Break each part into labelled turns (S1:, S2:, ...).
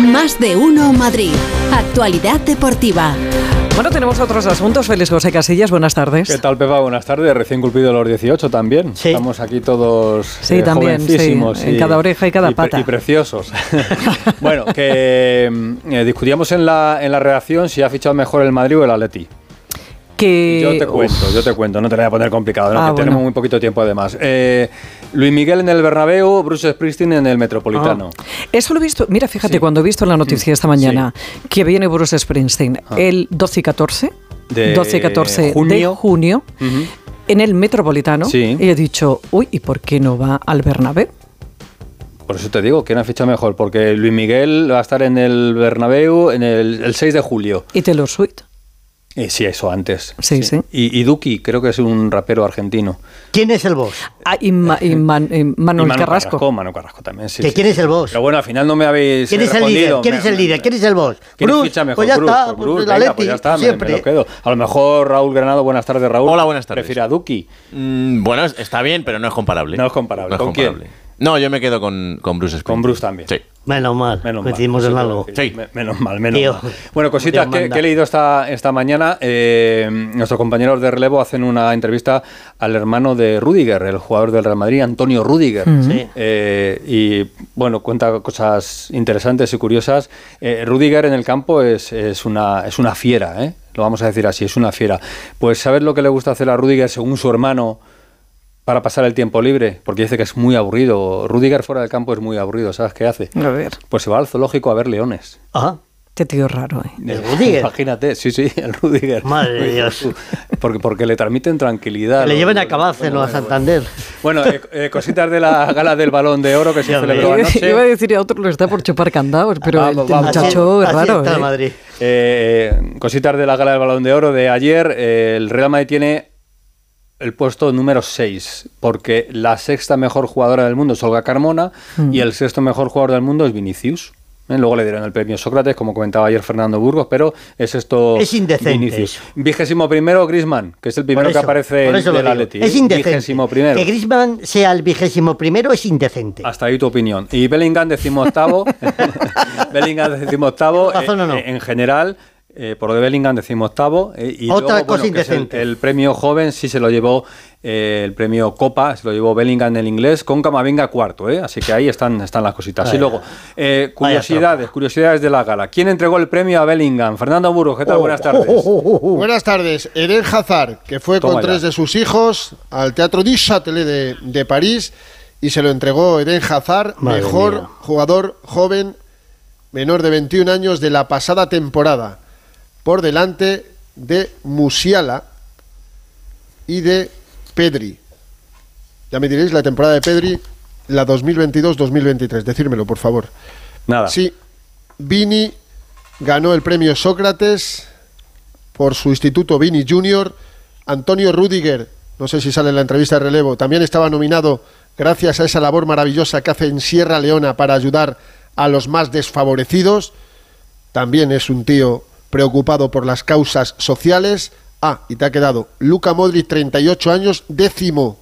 S1: Más de uno Madrid. Actualidad deportiva.
S2: Bueno, tenemos otros asuntos. Félix José Casillas, buenas tardes.
S3: ¿Qué tal, Pepa? Buenas tardes. Recién cumplido los 18 también.
S2: Sí.
S3: Estamos aquí todos
S2: Sí,
S3: eh,
S2: también, sí.
S3: jovencísimos
S2: En cada oreja y cada
S3: pre-
S2: pata.
S3: Y preciosos. bueno, que mm, eh, discutíamos en la, en la redacción si ha fichado mejor el Madrid o el Atleti.
S2: Que,
S3: Yo te
S2: uf,
S3: cuento, yo te cuento, no te la voy a poner complicado, ¿no?
S2: Ah,
S3: que
S2: bueno.
S3: tenemos muy poquito tiempo además. Eh, Luis Miguel en el Bernabéu, Bruce Springsteen en el Metropolitano.
S2: Oh, Ah. Eso lo he visto. Mira, fíjate, cuando he visto la
S3: Mm,
S2: noticia esta mañana que viene Bruce Springsteen el 12 y 14,
S3: Ah. De
S2: 12 y 14 de
S3: junio.
S2: junio, en el Metropolitano,
S3: Sí.
S2: y he dicho, uy, ¿y por qué no va al Bernabé?
S3: Por eso te digo, ¿quién ha fichado mejor? Porque Luis Miguel va a estar en el Bernabéu en el, el 6 de julio.
S2: Y te lo Swift.
S3: Eh, sí, eso antes.
S2: Sí, sí.
S3: Y, y Duki, creo que es un rapero argentino.
S4: ¿Quién es el boss?
S2: Ah, y, Ma- y Man- y
S3: Y
S2: Manuel
S3: Manu
S2: Carrasco.
S3: Manu Carrasco también, sí.
S4: ¿Que
S3: sí,
S4: quién
S3: sí.
S4: es el boss?
S3: Pero bueno, al final no me habéis
S4: ¿Quién
S3: eh,
S4: es el líder?
S3: respondido.
S4: ¿Quién
S3: Me-
S4: es el líder? ¿Quién es el boss?
S3: ¿Quién
S4: Bruce,
S3: ficha mejor?
S4: pues ya
S3: Bruce,
S4: está,
S3: pues Bruce,
S4: pues el
S3: venga,
S4: Atleti,
S3: pues ya está, me-
S4: siempre.
S3: Me, lo quedo. A lo mejor Raúl Granado, buenas tardes, Raúl.
S5: Hola, buenas tardes.
S3: Prefiere a Duki.
S5: Mm, bueno, es- está bien, pero no es comparable.
S3: No es comparable.
S5: No es
S3: ¿Con quién?
S5: comparable. No, yo me quedo con, con Bruce Springsteen.
S3: Con Bruce también.
S5: Sí.
S4: Menos mal,
S3: Menos mal.
S4: coincidimos
S3: eso
S4: en
S3: te
S4: algo.
S3: voy a decir.
S5: Sí.
S3: Me- menos mal, menos
S4: Tío,
S3: mal. Bueno, cositas
S4: Dios
S3: que,
S4: manda.
S3: que he leído esta, esta mañana. eh, nuestros compañeros de relevo hacen una entrevista al hermano de Rudiger, el jugador del Real Madrid, Antonio Rudiger.
S4: Sí.
S3: Eh, y bueno, cuenta cosas interesantes y curiosas. Eh, Rudiger en el campo es, es una, es una fiera, ¿eh? lo vamos a decir así, es una fiera. Pues ¿sabes lo que le gusta hacer a Rudiger según su hermano? Para pasar el tiempo libre, porque dice que es muy aburrido. Rudiger fuera del campo es muy aburrido, ¿sabes qué hace?
S2: A ver,
S3: Pues se va al zoológico a ver leones.
S4: Ajá.
S2: este tío es raro, ¿eh?
S4: ¿El Rudiger?
S3: Imagínate, sí, sí, el Rudiger.
S4: Madre de Dios.
S3: Porque, porque le transmiten tranquilidad.
S4: Que le
S3: Los-
S4: lleven a
S3: los-
S4: Cabacen o a Santander.
S3: Bueno, eh, eh, cositas de la gala del Balón de Oro que se
S4: Ya ves.
S3: celebró anoche. Ah,
S2: Iba a decir a otro lo está por chupar candados, pero
S3: Vamos,
S2: el,
S3: vamos.
S2: muchacho es
S4: así
S2: raro.
S4: está
S2: ¿eh?
S4: Madrid.
S3: Eh, cositas de la gala del Balón de Oro de ayer. eh, el Real Madrid tiene el puesto número 6, porque la sexta mejor jugadora del mundo es Olga Carmona
S4: Mm.
S3: y el sexto mejor jugador del mundo es Vinicius. Eh, Luego le dieron el premio Sócrates, como comentaba ayer Fernando Burgos, pero es esto.
S4: Es indecente
S3: Vinicius.
S4: eso.
S3: Vigésimo primero, Grisman, que es el primero
S4: Por eso,
S3: que aparece
S4: por
S3: en-
S4: eso lo
S3: del
S4: digo.
S3: Atleti. ¿eh?
S4: Es indecente.
S3: Vigésimo primero.
S4: Que Griezmann sea el vigésimo primero es indecente.
S3: Hasta ahí tu opinión. Y Bellingham decimoctavo. Bellingham decimoctavo.
S4: ¿Tiene razón
S3: eh,
S4: o no?
S3: eh, En general, eh, por lo de Bellingham decimoctavo. eh, y
S4: Otra
S3: luego,
S4: cosa
S3: bueno, que es el-
S4: indecente.
S3: el, premio joven sí se lo llevó eh, el premio Copa, se lo llevó Bellingham en el inglés, con Camavinga cuarto. eh, Así que ahí están, están las cositas. y
S4: Vaya.
S3: luego, eh,
S4: Vaya
S3: curiosidades, curiosidades de la gala. ¿Quién entregó el premio a Bellingham? Fernando Burgos, ¿qué tal?
S4: Oh,
S3: Buenas tardes.
S4: Uh.
S6: Buenas tardes, Eren Hazard, que fue
S3: Toma
S6: con
S3: ya.
S6: tres de sus hijos al Teatro du Châtelet de, de París y se lo entregó Eren Hazard,
S4: Madre
S6: mejor
S4: mía.
S6: jugador joven menor de 21 años de la pasada temporada, por delante de Musiala y de Pedri. Ya me diréis la temporada de Pedri, la 2022-2023, decírmelo por favor.
S3: Nada.
S6: Sí, Vini ganó el premio Sócrates por su instituto Vini Junior. Antonio Rudiger, no sé si sale en la entrevista de relevo, también estaba nominado gracias a esa labor maravillosa que hace en Sierra Leona para ayudar a los más desfavorecidos. También es un tío preocupado por las causas sociales. Ah, y te ha quedado Luca Modric, 38 años, décimo.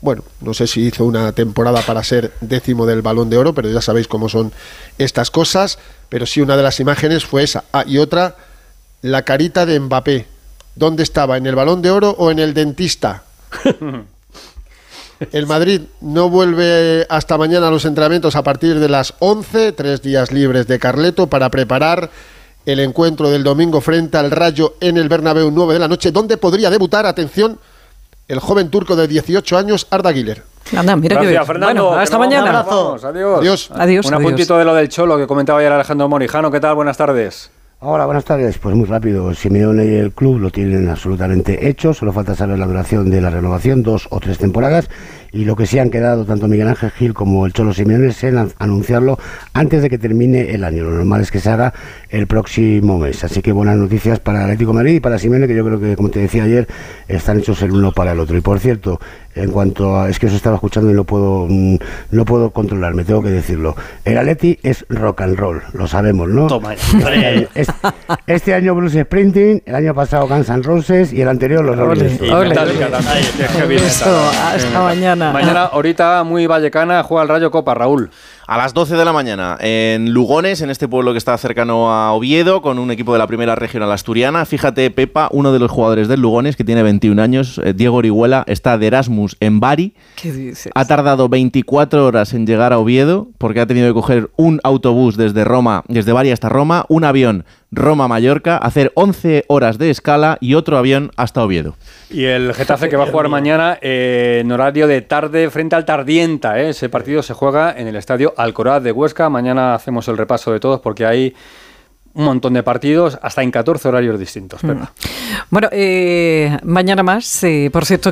S6: Bueno, no sé si hizo una temporada para ser décimo del balón de oro, pero ya sabéis cómo son estas cosas. Pero sí, una de las imágenes fue esa. Ah, y otra, la carita de Mbappé. ¿Dónde estaba? ¿En el balón de oro o en el dentista? El Madrid no vuelve hasta mañana a los entrenamientos a partir de las 11, tres días libres de Carleto para preparar el encuentro del domingo frente al Rayo en el Bernabéu 9 de la noche, donde podría debutar, atención, el joven turco de 18 años, Arda Güler.
S2: Anda, mira que
S3: Gracias,
S2: bien.
S3: Fernando.
S2: Bueno,
S3: que
S2: hasta
S3: nos vamos,
S2: mañana.
S3: nos vamos. Adiós.
S6: Adiós.
S2: Adiós,
S3: Un
S2: adiós.
S3: apuntito de lo del Cholo que comentaba ayer Alejandro Morijano. ¿Qué tal? Buenas tardes.
S7: Hola, buenas tardes. Pues muy rápido, Simeone y el club lo tienen absolutamente hecho, solo falta saber la duración de la renovación, dos o tres temporadas, y lo que sí han quedado tanto Miguel Ángel Gil como el Cholo Simeone es en an- anunciarlo antes de que termine el año. Lo normal es que se haga el próximo mes. Así que buenas noticias para Atlético de Madrid y para Simeone, que yo creo que, como te decía ayer, están hechos el uno para el otro. Y por cierto, en cuanto a... Es que os estaba escuchando y no puedo, mm, no puedo controlarme, tengo que decirlo. El Atleti es rock and roll, lo sabemos, ¿no?
S3: Toma ya.
S7: Este año- es- Este año Bruce Sprinting, el año pasado Guns N' Roses y el anterior los Rolling
S3: Y
S7: Stones.
S2: Ole.
S3: Metallica también. Es que
S2: Un
S3: bien
S2: beso.
S3: Metallica.
S2: Hasta mañana.
S3: Mañana, ahorita muy vallecana, juega el Rayo Copa, Raúl.
S5: A las 12 de la mañana, en Lugones, en este pueblo que está cercano a Oviedo, con un equipo de la primera regional asturiana. Fíjate, Pepa, uno de los jugadores del Lugones, que tiene 21 años, eh, Diego Orihuela, está de Erasmus en Bari.
S2: ¿Qué dices?
S5: Ha tardado 24 horas en llegar a Oviedo porque ha tenido que coger un autobús desde Roma, desde Bari hasta Roma, un avión Roma-Mallorca, hacer 11 horas de escala y otro avión hasta Oviedo.
S3: Y el Getafe que va a jugar mañana eh, en horario de tarde frente al Tardienta. ¿eh? Ese partido se juega en el estadio Alcoraz de Huesca. Mañana hacemos el repaso de todos porque hay un montón de partidos, hasta en 14 horarios distintos. Pepa.
S2: Bueno, eh, mañana más. eh, por cierto,